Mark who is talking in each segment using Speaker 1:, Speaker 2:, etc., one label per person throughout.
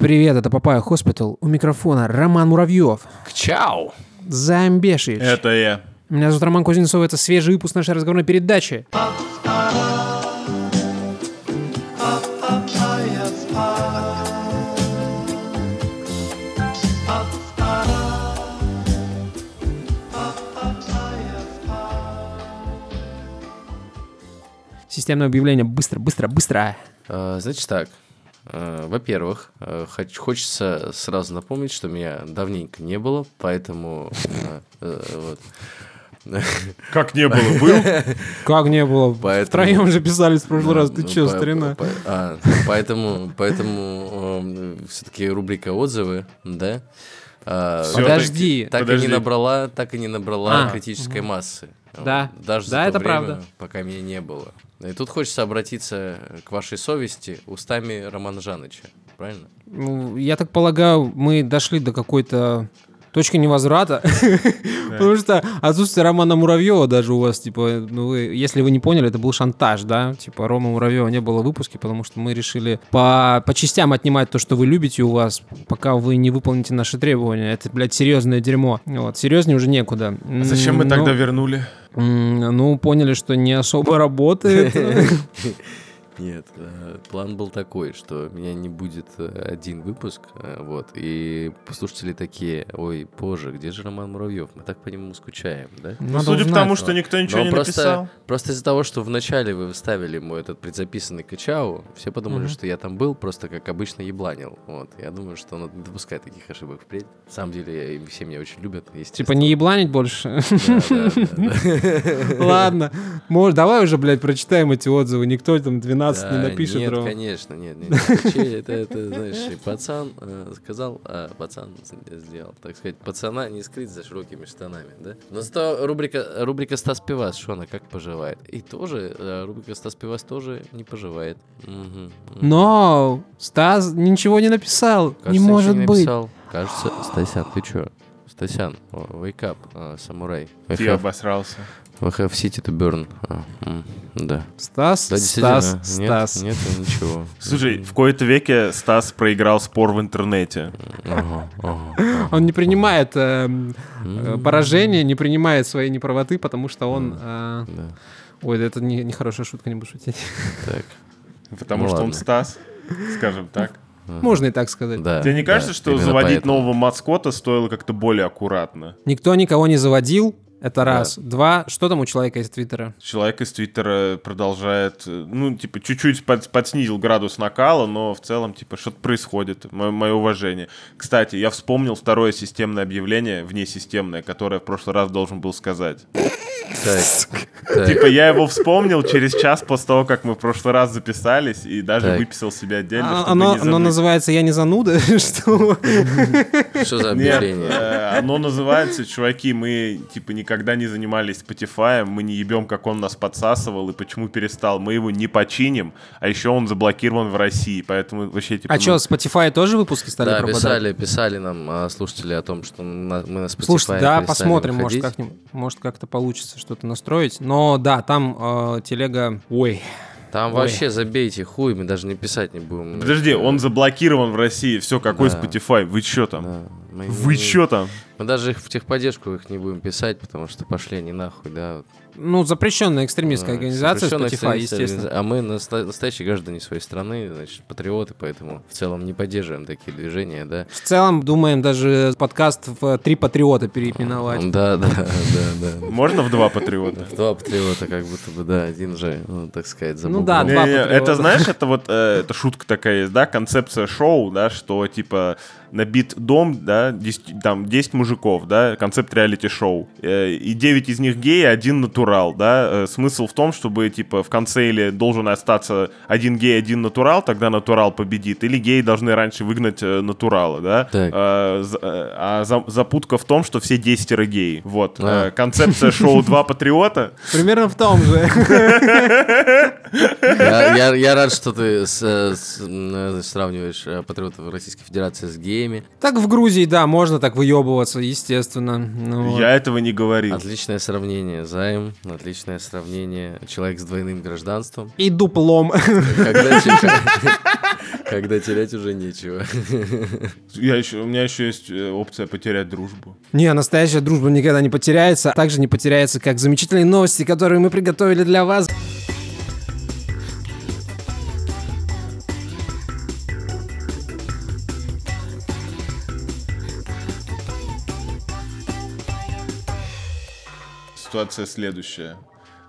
Speaker 1: Привет, это Папая Хоспитал. У микрофона Роман Муравьев.
Speaker 2: Чау!
Speaker 1: Замбешич.
Speaker 3: Это я.
Speaker 1: Меня зовут Роман Кузнецов, это свежий выпуск нашей разговорной передачи. Системное объявление. Быстро, быстро, быстро.
Speaker 2: Э, Значит так, Э, во-первых, э, хоч- хочется сразу напомнить, что меня давненько не было, поэтому... э, э, вот.
Speaker 3: Как не было, был?
Speaker 1: Как не было?
Speaker 2: Поэтому-
Speaker 1: Втроем же писались в прошлый раз. Ты
Speaker 2: Ну,
Speaker 1: че,
Speaker 2: по-
Speaker 1: старина?
Speaker 2: по- а, Поэтому, поэтому все-таки рубрика отзывы, да? А,
Speaker 3: Всё,
Speaker 1: Подожди.
Speaker 2: Так и
Speaker 3: Подожди.
Speaker 2: не набрала, так и не набрала
Speaker 1: А,
Speaker 2: критической массы.
Speaker 1: Да.
Speaker 2: Даже за
Speaker 1: Да,
Speaker 2: то
Speaker 1: это
Speaker 2: время,
Speaker 1: правда.
Speaker 2: пока меня не было. И тут хочется обратиться к вашей совести устами Романа Жаныча, правильно?
Speaker 1: Ну, я так полагаю, мы дошли до какой-то точки невозврата. Потому что отсутствие Романа Муравьева даже у вас, типа, ну вы, если вы не поняли, это был шантаж, да? Типа, Рома Муравьева не было в выпуске, потому что мы решили по, по частям отнимать то, что вы любите у вас, пока вы не выполните наши требования. Это, блядь, серьезное дерьмо. Вот, серьезнее уже некуда.
Speaker 3: А Зачем мы
Speaker 1: М,
Speaker 3: тогда
Speaker 1: ну,
Speaker 3: вернули?
Speaker 1: м, Ну, поняли, что не особо работает.
Speaker 3: Ну,
Speaker 2: Нет, э, план был такой, что меня не будет э, один выпуск, э, вот, и слушатели такие, ой, боже, где же Роман Муравьев? Мы так по нему скучаем, да?
Speaker 1: Надо
Speaker 3: Ну, Судя по
Speaker 1: узнать,
Speaker 3: тому,
Speaker 1: вот.
Speaker 3: что никто ничего
Speaker 2: Но
Speaker 3: не
Speaker 2: просто,
Speaker 3: написал.
Speaker 2: Просто из-за того, что вначале вы вставили ему этот предзаписанный качау, все подумали,
Speaker 1: Мгм.
Speaker 2: что я там был, просто как обычно ебланил. Вот. Я думаю, что он не допускает таких ошибок впредь. На самом деле, э, все меня очень любят,
Speaker 1: Типа,
Speaker 2: естественно.
Speaker 1: не ебланить больше.
Speaker 2: не...
Speaker 1: Ладно. Может, давай уже, блядь, прочитаем эти отзывы. Никто там 12 не
Speaker 2: Да,
Speaker 1: напишет.
Speaker 2: Нет,
Speaker 1: Ром.
Speaker 2: конечно, нет, нет. нет. Вообще, Это, это, знаешь, и пацан э, сказал, а пацан с- сделал. Так сказать, пацана не скрыть за широкими штанами, да? Но зато рубрика, рубрика Стас Пивас, что она как поживает? И тоже, э, рубрика Стас Пивас тоже не поживает. Мгм, мгм.
Speaker 1: Но Стас ничего не написал. не
Speaker 2: Кажется, ничего
Speaker 1: может быть.
Speaker 2: написал. Кажется, Стасян, ты чё? Стасян, о, wake up, э, самурай. We
Speaker 3: Ты
Speaker 2: have,
Speaker 3: обосрался.
Speaker 2: we have city to burn. А, м, да.
Speaker 1: Стас,
Speaker 2: Да,
Speaker 1: Стас,
Speaker 2: действительно, нет,
Speaker 1: Стас.
Speaker 2: Нет, ничего.
Speaker 3: Слушай, в кои-то веке Стас проиграл спор в интернете.
Speaker 2: Ага, ага, ага.
Speaker 1: Он не принимает эм, э,
Speaker 2: М,
Speaker 1: поражение, не принимает своей неправоты, потому что он... э,
Speaker 2: Да.
Speaker 1: Ой, да это не- нехорошая шутка, не буду шутить.
Speaker 2: Так.
Speaker 3: Потому
Speaker 2: Ну
Speaker 3: что он
Speaker 2: ладно.
Speaker 3: Стас, скажем так.
Speaker 1: Можно и так сказать.
Speaker 2: Да.
Speaker 3: Тебе не кажется,
Speaker 2: да,
Speaker 3: что
Speaker 2: именно
Speaker 3: заводить
Speaker 2: поэтому.
Speaker 3: нового маскота стоило как-то более аккуратно?
Speaker 1: Никто никого не заводил. Это раз. Два. Что там у человека из Твиттера?
Speaker 3: Человек из Твиттера продолжает, э, ну, типа, чуть-чуть под- подснизил градус накала, но в целом, типа, что-то происходит. Мое, уважение. Кстати, я вспомнил второе системное объявление, внесистемное, которое в прошлый раз должен был сказать.
Speaker 2: Так, так,
Speaker 3: Типа, я его вспомнил через час после того, как мы в прошлый раз записались, и даже
Speaker 2: Так.
Speaker 3: выписал себе отдельно,
Speaker 1: А,
Speaker 3: чтобы
Speaker 1: оно,
Speaker 3: не
Speaker 1: оно
Speaker 3: забыть.
Speaker 1: называется «Я не зануда», что...
Speaker 2: Что за
Speaker 3: Нет,
Speaker 2: объявление?
Speaker 3: э, оно называется, чуваки, мы типа никогда не занимались Spotify, мы не ебем, как он нас подсасывал и почему перестал. Мы его не починим, а еще он заблокирован в России, поэтому вообще типа...
Speaker 1: А
Speaker 3: ну,
Speaker 1: что, Spotify тоже выпуски стали
Speaker 2: Да,
Speaker 1: пропадать?
Speaker 2: писали, писали нам а, слушатели о том, что на- мы на Spotify
Speaker 1: Слушайте, да,
Speaker 2: перестали
Speaker 1: посмотрим, может,
Speaker 2: выходить.
Speaker 1: как-нибудь, может, как-то получится что-то настроить. Но да, там э, телега. Ой.
Speaker 2: Там
Speaker 1: Ой.
Speaker 2: вообще забейте, хуй, мы даже не писать не будем.
Speaker 3: Подожди, он заблокирован в России, все, какой
Speaker 2: Да.
Speaker 3: Spotify, вы что там?
Speaker 2: Да, мы
Speaker 3: Вы
Speaker 2: не-
Speaker 3: что там?
Speaker 2: Мы даже их в техподдержку их не будем писать, потому что пошли они нахуй, да. вот.
Speaker 1: Ну, запрещенная экстремистская
Speaker 2: Да,
Speaker 1: организация
Speaker 2: Э, запрещенная
Speaker 1: Spotify,
Speaker 2: экстремистская
Speaker 1: естественно.
Speaker 2: организа- А мы наста- настоящие граждане своей страны, значит, патриоты, поэтому в целом не поддерживаем такие движения, да.
Speaker 1: В целом, думаем даже подкаст в э, «Три патриота» переименовать.
Speaker 2: Да, да, да, да.
Speaker 3: Можно в два патриота?
Speaker 2: Два патриота, как будто бы, да, один же, ну, так сказать, за
Speaker 1: Ну
Speaker 2: бублом.
Speaker 1: да,
Speaker 3: Не,
Speaker 1: два
Speaker 3: не,
Speaker 1: патриота.
Speaker 3: это знаешь, это вот э, это шутка такая есть, да, концепция шоу, да, что типа набит дом, да, 10, там 10 мужиков, да, концепт реалити-шоу, э, и 9 из них геи, один натурал, да, Э, смысл в том, чтобы типа в конце или должен остаться один гей, один натурал, тогда натурал победит, или геи должны раньше выгнать э, натурала, да,
Speaker 2: Так.
Speaker 3: Э, за- э, а за- запутка в том, что все 10 геи, вот,
Speaker 2: А.
Speaker 3: Э, концепция шоу «Два патриота»,
Speaker 1: Примерно в том же.
Speaker 2: Я, я- я рад, что ты с- э, с, м, значит, сравниваешь э, патриотов Российской Федерации с геями.
Speaker 1: Так в Грузии, да, можно так выебываться, естественно. Ну, вот.
Speaker 3: я этого не говорил.
Speaker 2: Отличное сравнение, Займ. Отличное сравнение. Человек с двойным гражданством.
Speaker 1: И дуплом.
Speaker 2: Когда, че- Когда терять уже нечего.
Speaker 3: Я еще, у меня еще есть э, опция потерять дружбу.
Speaker 1: Не, настоящая дружба никогда не потеряется. а Также не потеряется, как замечательные новости, которые мы приготовили для вас.
Speaker 3: Ситуация следующая.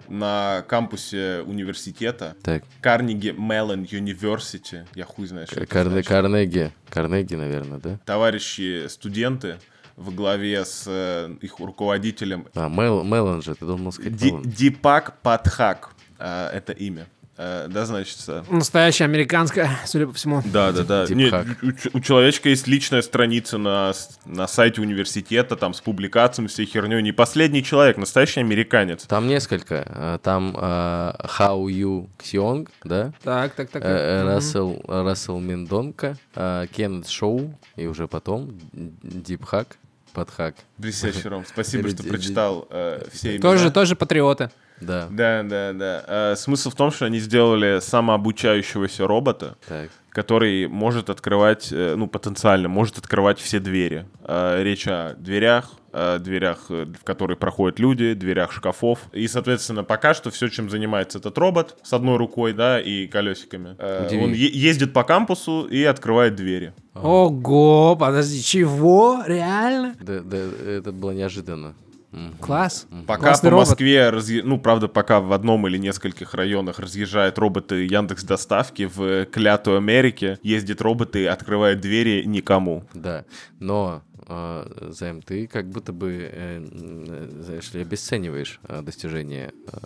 Speaker 3: На кампусе университета
Speaker 2: Так,
Speaker 3: Карниги Меллон University, я хуй знаю, что
Speaker 2: Кар- Карне-
Speaker 3: это значит.
Speaker 2: Э, Карнеги. Карнеги, наверное, да?
Speaker 3: Товарищи студенты во главе с э, их руководителем
Speaker 2: А, Мел, Мелон же, ты думал сказать
Speaker 3: Ди-
Speaker 2: Мелон.
Speaker 3: Дипак Патхак, а, это имя, э, да, значит, э,
Speaker 1: Настоящая американская, судя по всему.
Speaker 3: Да, да, да.
Speaker 2: Deep
Speaker 3: Нет,
Speaker 2: hack.
Speaker 3: у, ч- у человечка есть личная страница на, с- на сайте университета, там с публикациями, всей херней. Не последний человек, настоящий американец.
Speaker 2: Там несколько. Э, Там э, Хау Ю Ксионг, да?
Speaker 1: Так, так, так.
Speaker 2: Э, э, Рассел, Рассел Мендонка, э, Кеннет Шоу и уже потом Дипхак, Подхак.
Speaker 3: Блестящий Ром, спасибо,
Speaker 2: Или
Speaker 3: что
Speaker 2: ди-
Speaker 3: прочитал э, все имена.
Speaker 1: Тоже, тоже патриоты.
Speaker 2: Да,
Speaker 3: Да, да, да. Э, смысл в том, что они сделали самообучающегося робота,
Speaker 2: так.
Speaker 3: который может открывать, э, ну, потенциально может открывать все двери. Э, Речь о дверях, э, дверях, э, в которые проходят люди, дверях шкафов. И, соответственно, пока что все, чем занимается этот робот, с одной рукой, да, и колесиками. Э,
Speaker 2: Удиви.
Speaker 3: Он е- ездит по кампусу и открывает двери.
Speaker 1: Ого, подожди, чего? Реально?
Speaker 2: Да, да, это было неожиданно. Мгм.
Speaker 1: Класс.
Speaker 3: Пока
Speaker 1: Классный
Speaker 3: по
Speaker 1: робот.
Speaker 3: Москве, разъе- ну, правда, пока в одном или нескольких районах разъезжают роботы Яндекс Доставки, в э, клятую Америке ездят роботы и открывают двери никому.
Speaker 2: Да, но, э, Займ, ты как будто бы, э, м, знаешь ли, обесцениваешь э, достижения э,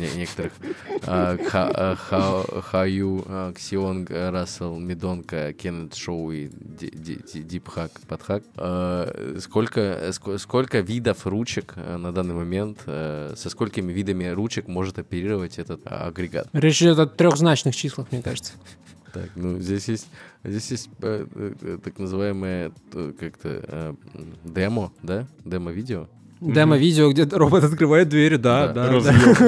Speaker 2: не- некоторых э, Ха- э, Ха- Хаю, э, Ксионг, э, Рассел, Медонка, Кеннет Шоу и Ди- Ди- Ди- Дипхак, Подхак. Э, Сколько, э, ск- сколько видов ручек э, на данный момент, э, со сколькими видами ручек может оперировать этот э, агрегат?
Speaker 1: Речь идет о трехзначных числах, мне кажется.
Speaker 2: Так, ну здесь есть, здесь есть э, э, э, так называемое э, как-то э, м, демо, да? Демо-видео.
Speaker 1: Демо-видео, где робот открывает двери, да,
Speaker 2: Да.
Speaker 1: А, да. да.
Speaker 3: Разъёб,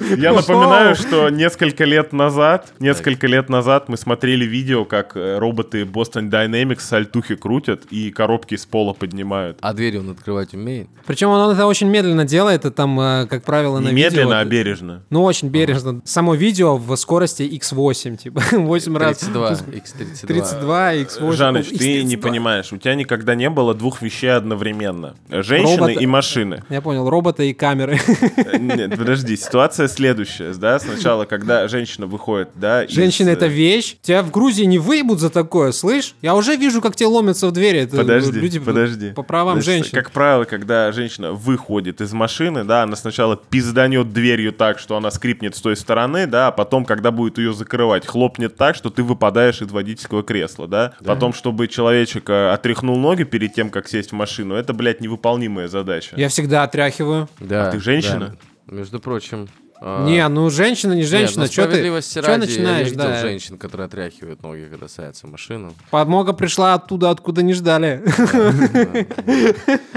Speaker 3: да? Я
Speaker 1: Ну,
Speaker 3: напоминаю,
Speaker 1: шоу.
Speaker 3: что несколько лет назад, несколько лет назад мы смотрели видео, как э, роботы Boston Dynamics сальтухи крутят и коробки с пола поднимают.
Speaker 2: А дверь он открывать умеет?
Speaker 1: Причем он это очень медленно делает, и там, э, как правило, на
Speaker 3: Немедленно, а
Speaker 1: видео...
Speaker 3: бережно.
Speaker 1: Ну, очень бережно. Само видео в скорости x8, типа, 8 раз.
Speaker 2: 32, X32.
Speaker 1: 32, x8.
Speaker 3: Жаныч,
Speaker 1: Ух,
Speaker 3: ты не
Speaker 1: 32.
Speaker 3: понимаешь, у тебя никогда не было двух вещей одновременно. Женщины
Speaker 1: Роботы.
Speaker 3: и машины.
Speaker 1: Я понял, роботы и камеры.
Speaker 3: Э, Нет, подожди, ситуация следующая, да, сначала, когда женщина выходит, да, из,
Speaker 1: Женщина — это
Speaker 3: э,
Speaker 1: вещь. Тебя в Грузии не выебут за такое, слышь? Я уже вижу, как тебе ломятся в двери. Это
Speaker 3: Подожди,
Speaker 1: люди по-
Speaker 3: подожди.
Speaker 1: По правам
Speaker 3: Значит,
Speaker 1: женщин.
Speaker 3: Как правило, когда женщина выходит из машины, да, она сначала пизданет дверью так, что она скрипнет с той стороны, да, а потом, когда будет ее закрывать, хлопнет так, что ты выпадаешь из водительского кресла, да. Потом, чтобы человечек э, отряхнул ноги перед тем, как сесть в машину, это, блядь, невыполнимая
Speaker 2: Э.
Speaker 3: задача.
Speaker 1: Я всегда отряхиваю.
Speaker 2: Да.
Speaker 3: А ты женщина?
Speaker 2: да. Между прочим... а,
Speaker 1: Не, ну женщина, не
Speaker 2: нет,
Speaker 1: женщина.
Speaker 2: ну,
Speaker 1: Че ты,
Speaker 2: справедливости
Speaker 1: чё
Speaker 2: ради,
Speaker 1: начинаешь?
Speaker 2: Я видел
Speaker 1: да.
Speaker 2: женщин, которые отряхивают ноги, когда садятся в машину.
Speaker 1: Подмога пришла оттуда, откуда не ждали.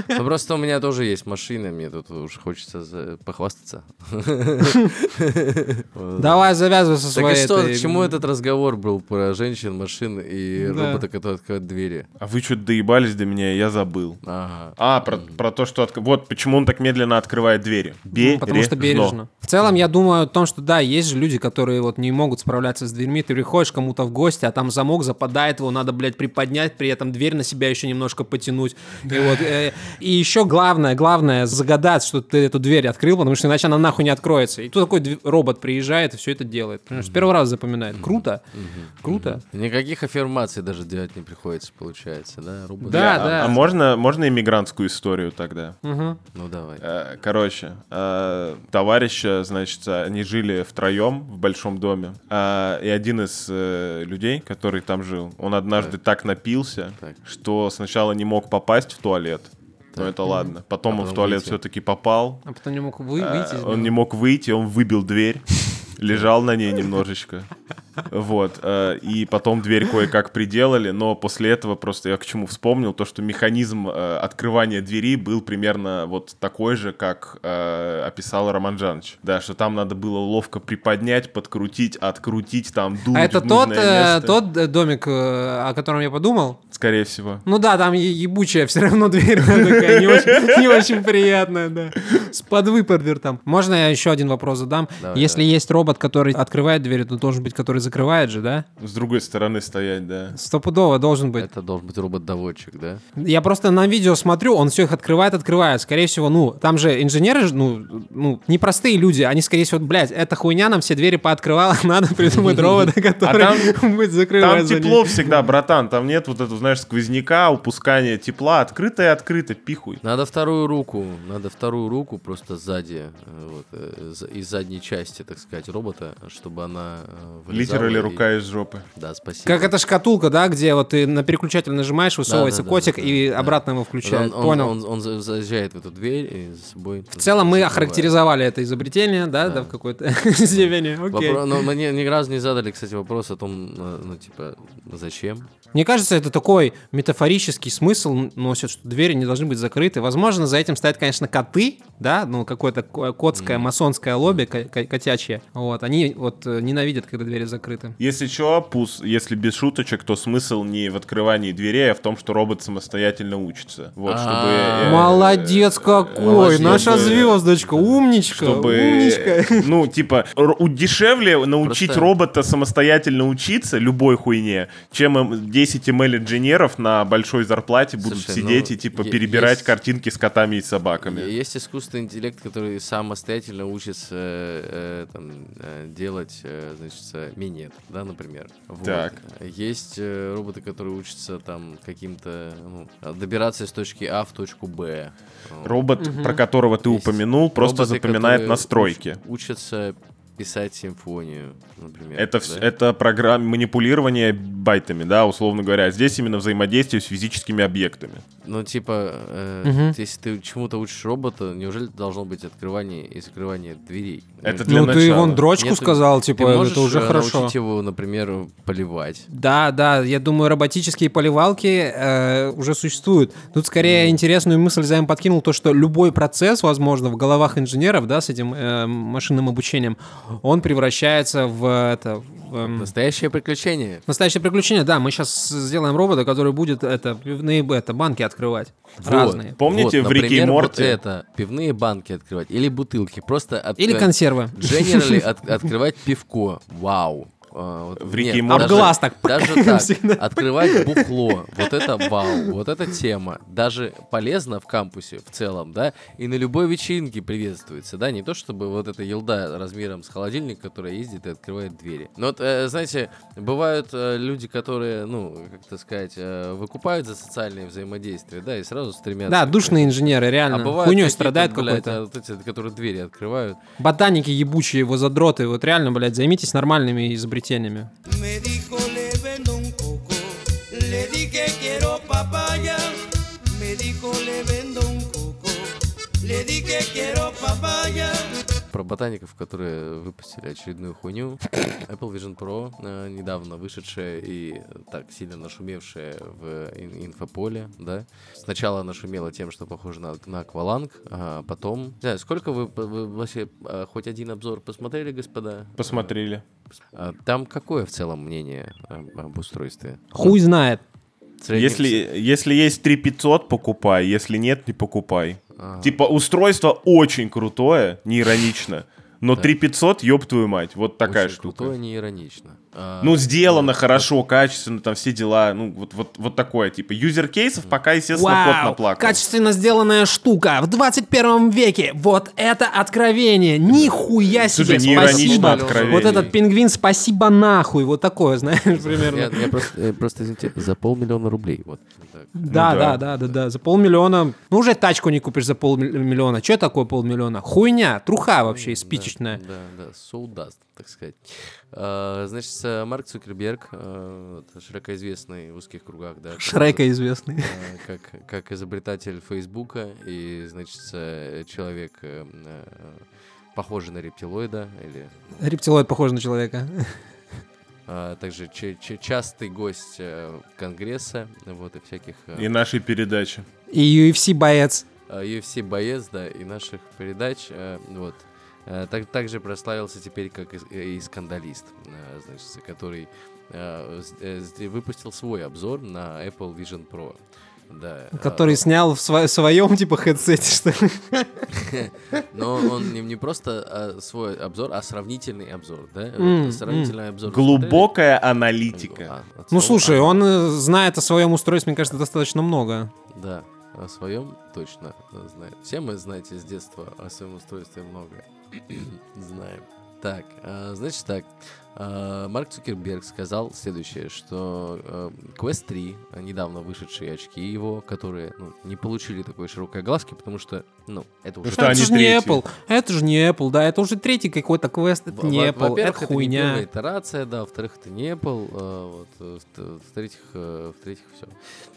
Speaker 2: Ну, просто у меня тоже есть машина, мне тут уж хочется за- похвастаться.
Speaker 1: Давай завязывай со своей.
Speaker 2: Э. Так и что,
Speaker 1: этой-
Speaker 2: к чему этот разговор был про женщин, машин и
Speaker 1: Да.
Speaker 2: робота, который открывает двери?
Speaker 3: А вы что-то доебались до меня, я забыл.
Speaker 2: Ага.
Speaker 3: А, про, про то, что... отк- Вот почему он так медленно открывает двери.
Speaker 1: Ну, Потому что
Speaker 3: Бережно.
Speaker 1: бережно. В целом, я думаю о том, что да, есть же люди, которые вот не могут справляться с дверьми. Ты приходишь к кому-то в гости, а там замок западает, его надо, блядь, приподнять, при этом дверь на себя еще немножко потянуть. И вот, э, и еще главное, главное, загадать, что ты эту дверь открыл, потому что иначе она нахуй не откроется. И тут такой дв- робот приезжает и все это делает. Понимаешь, с первого раза запоминает. Круто. Круто.
Speaker 2: Никаких аффирмаций даже делать не приходится, получается, да, робот?
Speaker 1: Да,
Speaker 3: А-
Speaker 1: да.
Speaker 3: а можно, можно иммигрантскую историю тогда?
Speaker 1: Мгм.
Speaker 2: Ну давай.
Speaker 3: Э, Короче, э, товарища, значит, они жили втроем в большом доме. А, И один из э, людей, который там жил, он однажды так напился,
Speaker 2: Так.
Speaker 3: что сначала не мог попасть в туалет. Но это ладно.
Speaker 2: А
Speaker 3: Потом он в
Speaker 2: потом
Speaker 3: туалет
Speaker 2: выйти.
Speaker 3: все-таки попал.
Speaker 1: А потом не мог вы-
Speaker 3: Э,
Speaker 1: выйти. из
Speaker 3: Он
Speaker 1: него.
Speaker 3: не мог выйти, он выбил дверь. Лежал на ней немножечко. Вот. э, И потом дверь кое-как приделали, но после этого просто я к чему вспомнил, то, что механизм э, открывания двери был примерно вот такой же, как э, описал Роман Жанович. Да, что там надо было ловко приподнять, подкрутить, открутить, там дуть
Speaker 1: А это
Speaker 3: в
Speaker 1: тот,
Speaker 3: нужное
Speaker 1: э,
Speaker 3: место.
Speaker 1: тот э, домик, э, о котором я подумал?
Speaker 3: Скорее всего.
Speaker 1: Ну да, там е- ебучая все равно дверь она такая, не очень, не очень приятная, да. С подвыпордер там. Можно я еще один вопрос задам?
Speaker 2: Давай,
Speaker 1: Если есть робот, который открывает дверь, то должен быть, который закрывает же, да?
Speaker 3: С другой стороны стоять, да.
Speaker 1: Стопудово должен быть.
Speaker 2: Это должен быть робот-доводчик, да?
Speaker 1: Я просто на видео смотрю, он все их открывает, открывает. Скорее всего, ну, там же инженеры, ж, ну, ну, непростые люди. Они, скорее всего, блядь, эта хуйня нам все двери пооткрывала, надо придумать робота, который будет
Speaker 3: Там
Speaker 1: закрывать за
Speaker 3: тепло
Speaker 1: ней.
Speaker 3: всегда, братан. Там нет вот этого, знаешь, сквозняка, упускания тепла. Открыто и открыто, пихуй.
Speaker 2: Надо вторую руку, надо вторую руку просто сзади, э, вот, э, за- из задней части, так сказать, робота, чтобы она э, вылезала
Speaker 3: Литерали
Speaker 2: и-
Speaker 3: рука из жопы.
Speaker 2: Да, спасибо.
Speaker 1: Как эта шкатулка, да, где вот ты на переключатель нажимаешь, высовывается
Speaker 2: да, да,
Speaker 1: котик
Speaker 2: да,
Speaker 1: и
Speaker 2: да.
Speaker 1: обратно его
Speaker 2: Вот
Speaker 1: включает.
Speaker 2: он, он-
Speaker 1: Понял.
Speaker 2: Он, он за- заезжает в эту дверь и за собой...
Speaker 1: В целом мы охарактеризовали это изобретение, да, да,
Speaker 2: Да.
Speaker 1: в какой-то степени. Окей.
Speaker 2: Вопро- Но мне ни разу не задали, кстати, вопрос о том, э, ну, типа, зачем?
Speaker 1: Мне кажется, это такой метафорический смысл носит, что двери не должны быть закрыты. Возможно, за этим стоят, конечно, коты, да, ну, какое-то ко- котское, масонское лобби ко- ко- котячье. Вот, они вот э, ненавидят, когда двери закрыты.
Speaker 3: Если чё, пус, если без шуточек, то смысл не в открывании дверей, а в том, что робот самостоятельно учится. Вот, чтобы...
Speaker 2: А,
Speaker 3: э,
Speaker 1: Молодец
Speaker 3: э,
Speaker 1: какой!
Speaker 3: молодец,
Speaker 1: наша
Speaker 3: чтобы-
Speaker 1: звездочка! Умничка!
Speaker 3: Чтобы,
Speaker 1: Умничка!
Speaker 3: э, ну, типа, р- у- дешевле научить
Speaker 2: Просто-
Speaker 3: робота самостоятельно учиться любой хуйне, чем им 10 ML-инженеров на большой зарплате будут
Speaker 2: Слушай,
Speaker 3: сидеть
Speaker 2: ну,
Speaker 3: и, типа,
Speaker 2: е-
Speaker 3: перебирать
Speaker 2: есть-
Speaker 3: картинки с котами и собаками.
Speaker 2: Е- Есть искусственный интеллект, который самостоятельно учится э, э, там, э, делать, э, значит, э, минет, да, например. Вот.
Speaker 3: Так.
Speaker 2: Есть э, роботы, которые учатся там каким-то, ну, добираться из точки А в точку Б. Вот.
Speaker 3: Робот, про которого ты
Speaker 2: Есть
Speaker 3: упомянул, просто
Speaker 2: Роботы,
Speaker 3: запоминает
Speaker 2: которые
Speaker 3: настройки.
Speaker 2: уч- учатся писать симфонию, например.
Speaker 3: Это,
Speaker 2: Э, да?
Speaker 3: вс- это программа манипулирования байтами, да, условно говоря. Здесь именно взаимодействие с физическими объектами.
Speaker 2: Ну, типа, э,
Speaker 1: Мгм.
Speaker 2: если ты чему-то учишь робота, неужели должно быть открывание и закрывание дверей? Ну,
Speaker 3: Это для
Speaker 1: Ну, ты
Speaker 3: начала.
Speaker 1: вон дрочку
Speaker 2: Нет,
Speaker 1: сказал,
Speaker 2: ты
Speaker 1: типа,
Speaker 2: можешь
Speaker 1: это уже
Speaker 2: э,
Speaker 1: хорошо.
Speaker 2: научить его, например, поливать.
Speaker 1: Да, да, я думаю, роботические поливалки э, уже существуют. Тут скорее интересную мысль Займ подкинул, то, что любой процесс, возможно, в головах инженеров, да, с этим э, машинным обучением, он превращается в это... в, эм,
Speaker 2: Настоящее приключение.
Speaker 1: Настоящее приключение, да, мы сейчас сделаем робота, который будет это, пивные это, банки открывать.
Speaker 2: Вот.
Speaker 1: Разные.
Speaker 3: Помните
Speaker 2: Вот,
Speaker 3: в Рике и
Speaker 2: например, вот
Speaker 3: Морте?
Speaker 2: это, пивные банки открывать или бутылки, просто... от-
Speaker 1: Или
Speaker 2: э,
Speaker 1: консервы.
Speaker 2: Generally от- открывать пивко. Вау. А, вот-
Speaker 3: В Рике
Speaker 2: нет,
Speaker 3: и Морте.
Speaker 2: даже-
Speaker 1: Об глаз так.
Speaker 2: Даже так.
Speaker 1: Всегда.
Speaker 2: Открывать бухло. Вот это вау. Вот эта тема. Даже полезно в кампусе в целом, да? И на любой вечеринке приветствуется, да? Не то чтобы вот эта елда размером с холодильник, которая ездит и открывает двери. Но, вот, э, знаете, бывают э, люди, которые, ну, как так сказать, э, выкупают за социальные взаимодействия, да, и сразу стремятся.
Speaker 1: Да,
Speaker 2: к-
Speaker 1: душные инженеры,
Speaker 2: а
Speaker 1: реально.
Speaker 2: бывают
Speaker 1: Хуйней
Speaker 2: какие-то,
Speaker 1: страдает
Speaker 2: блядь,
Speaker 1: какой-то.
Speaker 2: а Вот эти, которые двери открывают.
Speaker 1: Ботаники ебучие, его задроты. Вот реально, блядь, займитесь нормальными изобретениями.
Speaker 4: Me dijo le vendo un coco, le dije quiero papaya. Me dijo le vendo un coco, le dije quiero papaya.
Speaker 2: про ботаников, которые выпустили очередную хуйню. Apple Vision Pro, э, недавно вышедшая и так сильно нашумевшая в ин- инфополе, да. Сначала нашумела тем, что похоже на, на акваланг, а потом... Не знаю, сколько вы, п- вы вообще э, хоть один обзор посмотрели, господа?
Speaker 3: Посмотрели.
Speaker 2: А Там какое в целом мнение об, об устройстве?
Speaker 1: Хуй знает.
Speaker 2: В среднем
Speaker 3: если, если есть 3500, покупай. Если нет, не покупай.
Speaker 2: А.
Speaker 3: Типа устройство очень крутое, не иронично. Но 3500, ёб твою мать. Вот такая
Speaker 2: очень
Speaker 3: штука.
Speaker 2: крутое, не иронично. А,
Speaker 3: Ну, сделано хорошо, качественно, там все дела. Ну, вот, вот, вот такое, типа. Юзер кейсов пока, естественно, кот
Speaker 1: Вау,
Speaker 3: наплакал.
Speaker 1: качественно сделанная штука в 21 веке. Вот это откровение. Нихуя себе,
Speaker 3: Слушай, не иронично
Speaker 1: спасибо.
Speaker 3: откровение. Ну
Speaker 1: Вот этот пингвин, спасибо нахуй. Вот такое, знаешь, примерно.
Speaker 2: Я, я просто, я просто, извините, за полмиллиона рублей. Вот. Так.
Speaker 1: Да,
Speaker 3: Ну
Speaker 1: да,
Speaker 3: да.
Speaker 1: да, да, да, за полмиллиона. Ну, уже тачку не купишь за полмиллиона. Че такое полмиллиона? Хуйня, труха вообще спичечная.
Speaker 2: Да, да, soul dust, так сказать. А, Значит, э, Марк Цукерберг, э, вот, широко известный в узких кругах, да. как-
Speaker 1: Шрека известный.
Speaker 2: э, Как, как изобретатель Фейсбука и, значит, э, человек, э, э, похожий на рептилоида, или
Speaker 1: Рептилоид похож на человека.
Speaker 2: а, также ча- ча- частый гость э, Конгресса, вот, и всяких... э,
Speaker 3: И нашей передачи.
Speaker 1: И UFC боец.
Speaker 2: а, UFC боец, да, и наших передач, э, вот. Э, Так, также прославился теперь как и, и скандалист, э, значит, который э, с- э, с- выпустил свой обзор на Apple Vision Pro. Да, э,
Speaker 1: Который снял в сво- своем, типа, хедсете, что ли.
Speaker 2: но он не, не просто а, свой обзор, а сравнительный обзор, да?
Speaker 1: М,
Speaker 2: Вот Сравнительный обзор.
Speaker 3: Глубокая
Speaker 2: модели.
Speaker 3: аналитика.
Speaker 2: А, от
Speaker 1: Ну,
Speaker 2: своего-
Speaker 1: слушай, он э, знает о своем устройстве, мне кажется, достаточно много.
Speaker 2: Да, о своем точно э, знает. Все мы, знаете, с детства о своем устройстве много знаем. Так, э, значит так. Э, Марк Цукерберг сказал следующее, что э, Quest 3, э, недавно вышедшие очки его, которые ну, не получили такой широкой огласки, потому что, ну, это уже...
Speaker 3: что
Speaker 1: это
Speaker 3: они
Speaker 1: же не
Speaker 3: третьи.
Speaker 1: Apple. Это же не Apple, да. Это уже третий какой-то квест. Это
Speaker 2: Во-
Speaker 1: не
Speaker 2: во-
Speaker 1: Apple. Это
Speaker 2: Во-первых, это не
Speaker 1: хуйня.
Speaker 2: первая итерация, да, во-вторых, это не Apple, э, вот, э, в- в-третьих, э, в-третьих, все.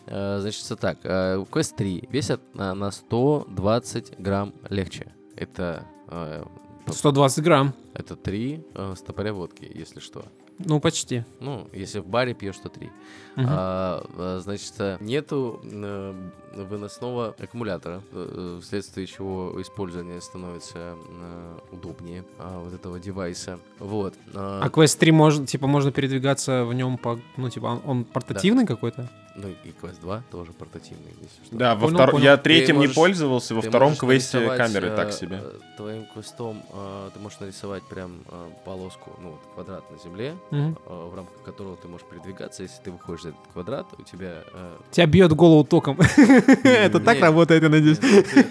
Speaker 2: Значит, всё так, э, Quest 3 весит на на 120 грамм легче. Это, э,
Speaker 1: 120 грамм.
Speaker 2: это 3 стопоря водки, если что.
Speaker 1: Ну, почти.
Speaker 2: Ну, если в баре пьешь, то 3.
Speaker 1: Мгм.
Speaker 2: А, а, значит, а, нету э, выносного аккумулятора, э, э, вследствие чего использование становится э, удобнее а, вот этого девайса. Вот. а,
Speaker 1: А Quest 3 можно, типа, можно передвигаться в нем по, ну, типа, он, он портативный какой-то?
Speaker 2: Ну и Quest 2 тоже портативный, если что.
Speaker 3: Да, во
Speaker 1: Понял,
Speaker 3: втор-
Speaker 1: понял.
Speaker 3: я
Speaker 2: Ты
Speaker 3: третьим
Speaker 2: можешь-
Speaker 3: не пользовался, во
Speaker 2: Ты
Speaker 3: втором
Speaker 2: можешь
Speaker 3: квесте
Speaker 2: нарисовать,
Speaker 3: камеры
Speaker 2: э,
Speaker 3: так себе.
Speaker 2: э, Твоим квестом э, ты можешь нарисовать прям э, полоску, ну вот квадрат на земле,
Speaker 1: Мгм.
Speaker 2: э, в рамках которого ты можешь передвигаться. Если ты выходишь за этот квадрат, у тебя э,
Speaker 1: Тебя бьет голову током. Это так
Speaker 2: Не.
Speaker 1: работает, я надеюсь.
Speaker 2: Нет, ты-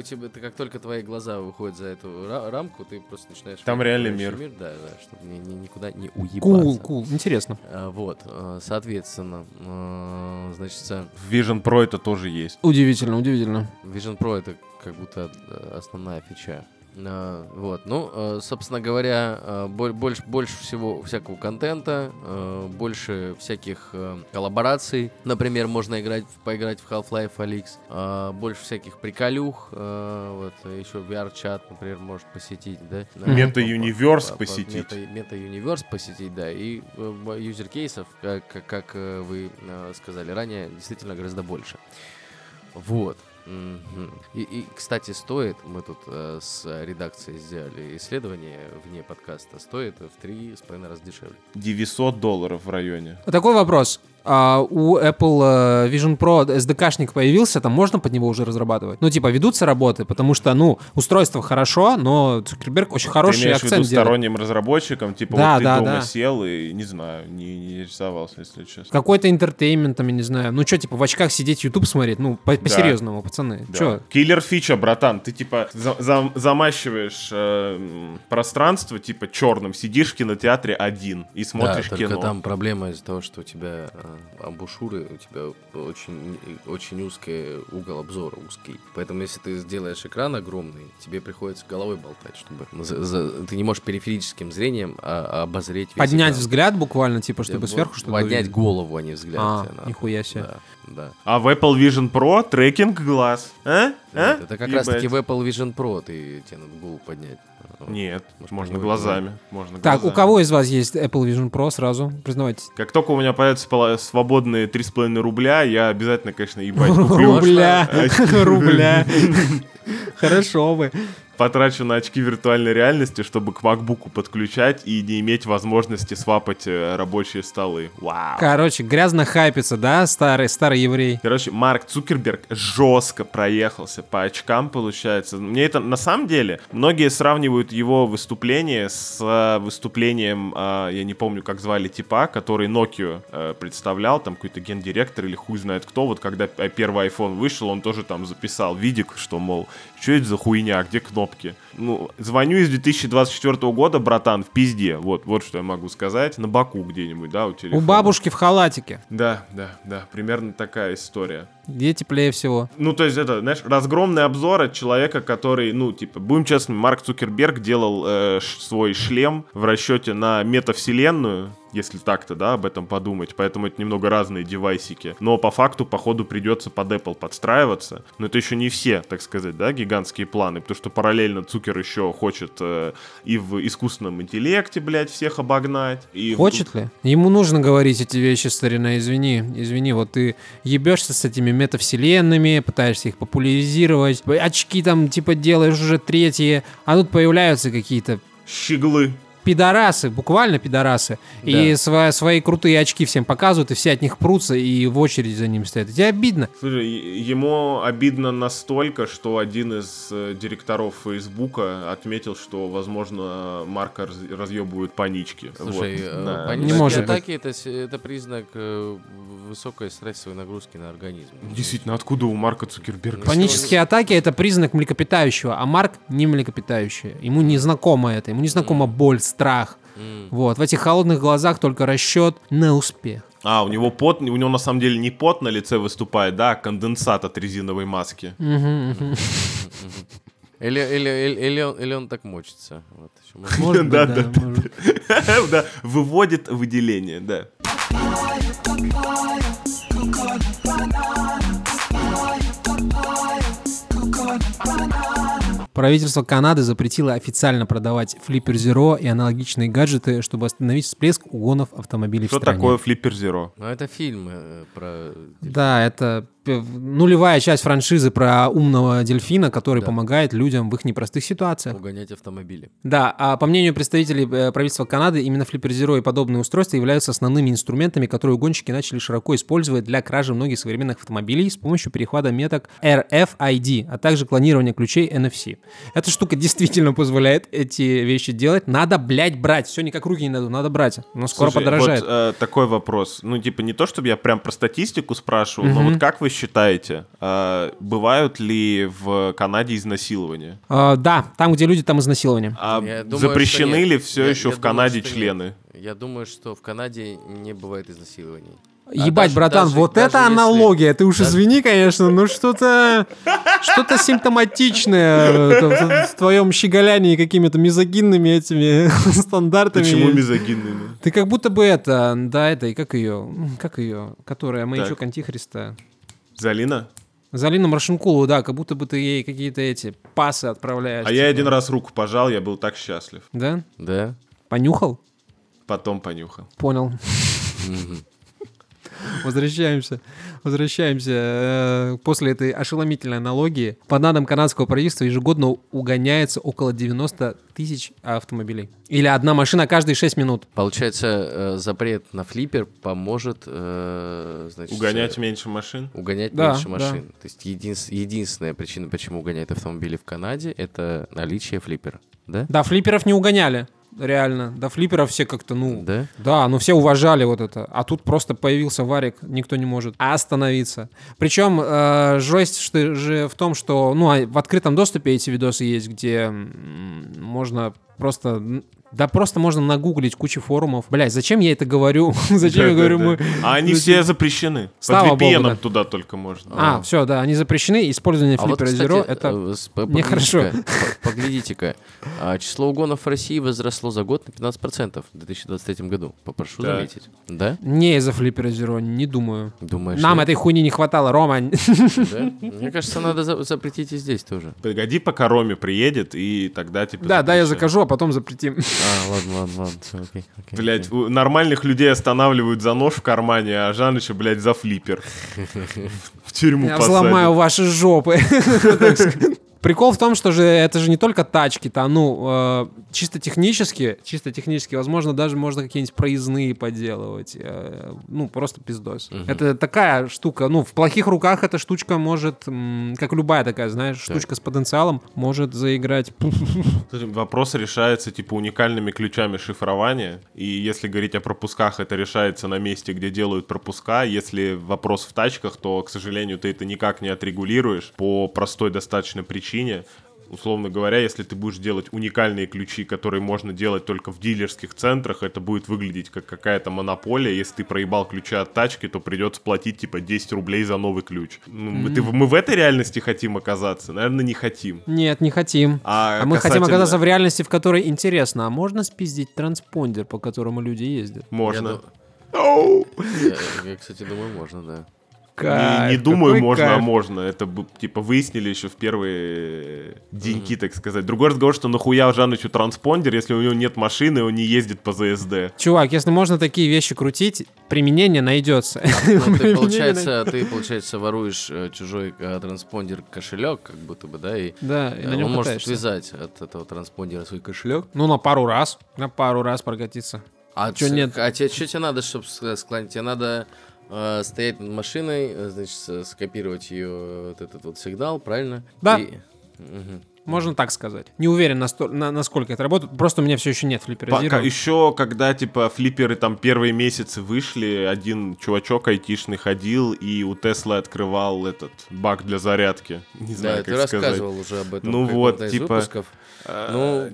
Speaker 2: у тебя, ты как только твои глаза выходят за эту ра- рамку, ты просто начинаешь...
Speaker 3: Там
Speaker 2: входить в
Speaker 3: реальный
Speaker 2: окружающий
Speaker 3: мир.
Speaker 2: Да, да, чтобы ни- ни- никуда не уебаться.
Speaker 1: Кул, кул. Интересно.
Speaker 2: А, Вот, э, соответственно, э, значит, э,
Speaker 3: В Vision Pro это тоже есть.
Speaker 1: Удивительно, удивительно.
Speaker 2: Vision Pro это как будто э, основная фича. Э, Вот, ну, э, собственно говоря, э, бо- больше, больше всего всякого контента, э, больше всяких э, коллабораций. Например, можно играть, в- поиграть в Half-Life Alyx. Э, Больше всяких приколюх. э, Вот, еще VR-чат, например, может посетить, да? Э,
Speaker 3: Мета-юниверс
Speaker 2: По- по-
Speaker 3: посетить.
Speaker 2: мета- Мета-юниверс посетить, да. И э, бо- юзер-кейсов, как, как- как э, вы э, сказали ранее, действительно гораздо больше. Вот. Мгм. И, и, кстати, стоит, мы тут э, с редакцией сделали исследование вне подкаста, стоит в три с половиной раз дешевле.
Speaker 3: 900 долларов в районе.
Speaker 1: Такой вопрос. А у Apple э, Vision Pro SDK-шник появился, там можно под него уже разрабатывать? Ну, типа, ведутся работы, потому что, ну, устройство хорошо, но Цукерберг очень
Speaker 3: Ты
Speaker 1: хороший
Speaker 3: имеешь в виду
Speaker 1: акцент делает.
Speaker 3: сторонним разработчикам, типа
Speaker 1: Да,
Speaker 3: вот ты
Speaker 1: да,
Speaker 3: дома
Speaker 1: да.
Speaker 3: сел и не знаю, не, не рисовался, если честно.
Speaker 1: Какой-то интертеймент, там, я не знаю. Ну, что, типа, в очках сидеть, YouTube смотреть? Ну, по- по-серьезному, пацаны.
Speaker 3: Да.
Speaker 1: Чё?
Speaker 3: Киллер фича, братан. Ты типа за- за- замащиваешь э, м, пространство типа черным, сидишь в кинотеатре один и смотришь
Speaker 2: да, только
Speaker 3: кино.
Speaker 2: там проблема из-за того, что у тебя э, амбушюры, у тебя очень, очень узкий угол обзора, узкий. Поэтому если ты сделаешь экран огромный, тебе приходится головой болтать, чтобы... за- за- ты не можешь периферическим зрением а, обозреть весь
Speaker 1: Поднять
Speaker 2: экран.
Speaker 1: взгляд буквально, типа, чтобы
Speaker 2: Тебе
Speaker 1: сверху
Speaker 2: вот
Speaker 1: что-то
Speaker 2: Поднять
Speaker 1: увидеть.
Speaker 2: голову, а не взгляд.
Speaker 1: А,
Speaker 2: тебе надо.
Speaker 1: нихуя себе.
Speaker 2: Да, да.
Speaker 3: А в Apple Vision Pro трекинг глаз. А? А?
Speaker 2: Вот, это как
Speaker 3: Ебать.
Speaker 2: раз таки в Apple Vision Pro ты тебе надо голову поднять.
Speaker 3: Нет,
Speaker 2: Может,
Speaker 3: можно
Speaker 2: понимать,
Speaker 3: глазами. Можно
Speaker 1: Так, у
Speaker 3: глазами.
Speaker 1: кого из вас есть Apple Vision Pro сразу? Признавайтесь.
Speaker 3: Как только у меня появятся пола- свободные 3,5 рубля, я обязательно, конечно, ебать куплю. а,
Speaker 1: Рубля.
Speaker 3: Можно?
Speaker 1: Рубля. Хорошо бы.
Speaker 3: Потрачу на очки виртуальной реальности, чтобы к макбуку подключать и не иметь возможности свапать э, рабочие столы. Вау.
Speaker 1: Короче, грязно хайпится, да, старый, старый еврей?
Speaker 3: Короче, Марк Цукерберг жестко проехался по очкам, получается. Мне это на самом деле многие сравнивают его выступление с э, выступлением, э, я не помню, как звали типа, который Nokia э, представлял, там какой-то гендиректор или хуй знает кто. Вот когда э, первый iPhone вышел, он тоже там записал видик, что мол, что это за хуйня, А где кнопки? Ну, звоню из 2024 года, братан, в пизде. Вот, вот что я могу сказать. На боку где-нибудь, да, у телефона.
Speaker 1: У бабушки в халатике,
Speaker 3: Да, да, да, примерно такая история.
Speaker 1: где теплее всего.
Speaker 3: Ну, то есть это, знаешь, разгромный обзор от человека, который, ну, типа, будем честными, Марк Цукерберг делал э, ш- свой шлем в расчете на метавселенную, если так-то, да, об этом подумать. Поэтому это немного разные девайсики. Но по факту, походу, придется под Apple подстраиваться. Но это еще не все, так сказать, да, гигантские планы. Потому что параллельно Цукер еще хочет э, и в искусственном интеллекте, блядь, всех обогнать. И в-
Speaker 1: Хочет ли? Ему нужно говорить эти вещи, старина, извини, извини, вот ты ебешься с этими метавселенными, пытаешься их популяризировать, очки там типа делаешь уже третьи, а тут появляются какие-то
Speaker 3: Щеглы.
Speaker 1: пидорасы, буквально пидорасы, и свои, свои крутые очки всем показывают, и все от них прутся, и в очередь за ним стоят. И Тебе обидно.
Speaker 3: Слушай, е- ему обидно настолько, что один из э, директоров Фейсбука отметил, что, возможно, Марка раз- разъебывают панички.
Speaker 2: Слушай,
Speaker 3: Вот,
Speaker 2: э,
Speaker 3: да.
Speaker 2: панические
Speaker 1: Не может быть.
Speaker 2: атаки это, с- это признак э, высокой стрессовой нагрузки на организм.
Speaker 3: Действительно, откуда у Марка Цукерберга?
Speaker 1: Панические атаки — это признак млекопитающего, а Марк — не млекопитающее. Ему не знакомо это, ему не знакома боль, страх.
Speaker 2: М.
Speaker 1: Вот, в этих холодных глазах только расчет на успех.
Speaker 3: А, у него пот, у него на самом деле не пот на лице выступает, да, а конденсат от резиновой маски.
Speaker 1: Мгм, мгм.
Speaker 2: Или, или, или, или он, или он так мочится. Вот, ещё может
Speaker 1: Может
Speaker 2: быть.
Speaker 1: быть,
Speaker 3: Да,
Speaker 1: да,
Speaker 3: да,
Speaker 1: может.
Speaker 3: Да, выводит выделение, да.
Speaker 1: Правительство Канады запретило официально продавать Flipper Zero и аналогичные гаджеты, чтобы остановить всплеск угонов автомобилей
Speaker 3: Что
Speaker 1: в стране.
Speaker 3: такое Flipper Zero?
Speaker 2: Ну, это фильм э, про...
Speaker 1: Да, это э, нулевая часть франшизы про умного дельфина, который помогает людям в их непростых ситуациях.
Speaker 2: угонять автомобили.
Speaker 1: Да, а по мнению представителей э, правительства Канады, именно флиппер Zero и подобные устройства являются основными инструментами, которые угонщики начали широко использовать для кражи многих современных автомобилей с помощью перехвата меток RFID, а также клонирования ключей NFC. Эта штука действительно позволяет эти вещи делать. Надо, блядь, брать. Все, никак руки не надо, надо брать. Но скоро
Speaker 3: Слушай,
Speaker 1: подорожает.
Speaker 3: вот, э, такой вопрос. Ну, типа, не то, чтобы я прям про статистику спрашивал, но вот как вы считаете, э, бывают ли в Канаде изнасилования?
Speaker 1: А, да, там, где люди, там изнасилование.
Speaker 3: А
Speaker 2: Я думаю,
Speaker 3: запрещены
Speaker 2: что нет.
Speaker 3: ли все
Speaker 2: Я-
Speaker 3: еще
Speaker 2: я
Speaker 3: в
Speaker 2: думаю,
Speaker 3: Канаде
Speaker 2: что нет.
Speaker 3: члены?
Speaker 2: Я думаю, что в Канаде не бывает изнасилований. А
Speaker 1: Ебать,
Speaker 2: даже-
Speaker 1: братан,
Speaker 2: даже-
Speaker 1: вот
Speaker 2: даже
Speaker 1: это
Speaker 2: если-
Speaker 1: аналогия. Ты уж
Speaker 2: даже-
Speaker 1: извини, конечно, но что-то что-то симптоматичное э, в- в твоем щеголянии какими-то мизогинными этими стандартами.
Speaker 3: Почему мизогинными?
Speaker 1: Ты как будто бы это, да, это, и как ее, как ее, которая маячок
Speaker 3: Так.
Speaker 1: антихриста.
Speaker 3: Залина?
Speaker 1: Залина Маршинкулу, да, как будто бы ты ей какие-то эти пасы отправляешь. типа.
Speaker 3: А я один раз руку пожал, я был так счастлив.
Speaker 1: Да?
Speaker 2: Да?
Speaker 1: Понюхал?
Speaker 3: Потом понюхал.
Speaker 1: Понял.
Speaker 2: Мгм.
Speaker 1: Возвращаемся. Возвращаемся. Э, После этой ошеломительной аналогии по данным канадского правительства ежегодно угоняется около 90 тысяч автомобилей. Или одна машина каждые 6 минут.
Speaker 2: Получается, э, запрет на флиппер поможет, э, значит...
Speaker 3: Угонять
Speaker 2: э,
Speaker 3: меньше машин?
Speaker 2: Угонять
Speaker 1: Да,
Speaker 2: меньше
Speaker 1: да.
Speaker 2: машин. То есть единс- единственная причина, почему угоняют автомобили в Канаде, это наличие флиппера. Да?
Speaker 1: Да, флипперов не угоняли. Реально. Да, флипперов все как-то, ну...
Speaker 2: Да?
Speaker 1: Да, но все уважали вот это. А тут просто появился варик, никто не может остановиться. Причем э, жесть что, же в том, что ну, а в открытом доступе эти видосы есть, где м, можно просто... Да просто можно нагуглить кучу форумов. Блять, зачем я это говорю? зачем я говорю мы...
Speaker 3: А они все запрещены.
Speaker 1: Слава
Speaker 3: Под
Speaker 1: богу,
Speaker 3: VPN -ом
Speaker 1: да.
Speaker 3: туда только можно.
Speaker 1: А, все, да, они запрещены. Использование
Speaker 2: А вот,
Speaker 1: флиппера
Speaker 2: кстати,
Speaker 1: Zero это...
Speaker 2: э, с- по-
Speaker 1: нехорошо.
Speaker 2: поглядите-ка, по- Поглядите-ка. А, Число угонов в России возросло за год на 15% в 2023 году. Попрошу
Speaker 3: Так.
Speaker 2: заметить. Да?
Speaker 1: Не из-за флиппера Zero, не думаю.
Speaker 2: Думаешь?
Speaker 1: Нам
Speaker 2: нет?
Speaker 1: этой хуйни не хватало, Рома.
Speaker 2: Да? Мне кажется, надо за- запретить и здесь тоже.
Speaker 3: Погоди, пока Роме приедет, и тогда типа...
Speaker 1: Да, да, я
Speaker 3: запрещено.
Speaker 1: закажу, а потом запретим.
Speaker 2: А, ладно, ладно, ладно. всё, окей, окей,
Speaker 3: Блять, нормальных людей останавливают за нож в кармане, а Жаныча, блядь, за флиппер. В тюрьму
Speaker 1: Я
Speaker 3: посадят.
Speaker 1: взломаю ваши жопы. так сказать. Прикол в том, что же это же не только тачки, то ну э, чисто технически, чисто технически, возможно, даже можно какие-нибудь проездные поделывать, э, ну просто пиздос. Это такая штука, ну в плохих руках эта штучка может, м, как любая такая, знаешь, штучка с потенциалом может заиграть.
Speaker 3: Слушай, Вопрос решается, типа, уникальными ключами шифрования. И если говорить о пропусках, это решается на месте, где делают пропуска. Если вопрос в тачках, то, к сожалению, ты это никак не отрегулируешь по простой достаточно причине. условно говоря, если ты будешь делать уникальные ключи, которые можно делать только в дилерских центрах, это будет выглядеть как какая-то монополия. Если ты проебал ключи от тачки, то придется платить типа 10 рублей за новый ключ. Ну, мы- ты- мы в этой реальности хотим оказаться? Наверное, не хотим.
Speaker 1: Нет, не хотим.
Speaker 3: А
Speaker 1: А мы хотим
Speaker 3: касательно-
Speaker 1: оказаться в реальности, в которой интересно. А можно спиздить транспондер, по которому люди ездят?
Speaker 2: Я
Speaker 3: Можно.
Speaker 2: ду-
Speaker 3: Оу!
Speaker 2: Я, я, кстати, думаю, можно, да.
Speaker 3: Не, не
Speaker 1: Кайф,
Speaker 3: думаю,
Speaker 1: какой
Speaker 3: можно, а
Speaker 1: кайф.
Speaker 3: можно. Это бы, типа выяснили еще в первые деньки, так сказать. Другой разговор, что нахуя Жанычу транспондер, если у него нет машины, и он не ездит по ЗСД.
Speaker 1: Чувак, если можно такие вещи крутить, применение найдется.
Speaker 2: Ну, ты,
Speaker 1: Применение най-
Speaker 2: получается, ты, получается, воруешь э, чужой э, транспондер кошелек, как будто бы, да, и
Speaker 1: Да, и
Speaker 2: э,
Speaker 1: на нем
Speaker 2: он может
Speaker 1: катаешься.
Speaker 2: отвязать от этого транспондера свой кошелек.
Speaker 1: Ну, на пару раз. На пару раз прокатиться.
Speaker 2: А
Speaker 1: Чё
Speaker 2: ц-
Speaker 1: нет?
Speaker 2: А тебе что тебе надо, чтобы склонить? Тебе надо э, стоять над машиной, э, значит, с- скопировать ее вот этот вот сигнал, правильно?
Speaker 1: Да.
Speaker 2: И- Мгм.
Speaker 1: Можно так сказать. Не уверен, на сто- на- насколько это работает. Просто у меня все еще нет флипперизированного.
Speaker 3: Пока еще, когда, типа, флипперы там первые месяцы вышли, один чувачок айтишный ходил и у Теслы открывал этот бак для зарядки. Не
Speaker 2: Да,
Speaker 3: знаю,
Speaker 2: ты
Speaker 3: как сказать.
Speaker 2: рассказывал уже об этом.
Speaker 3: Ну
Speaker 2: в каком-то
Speaker 3: вот,
Speaker 2: из
Speaker 3: типа,
Speaker 2: выпусков.
Speaker 3: Э,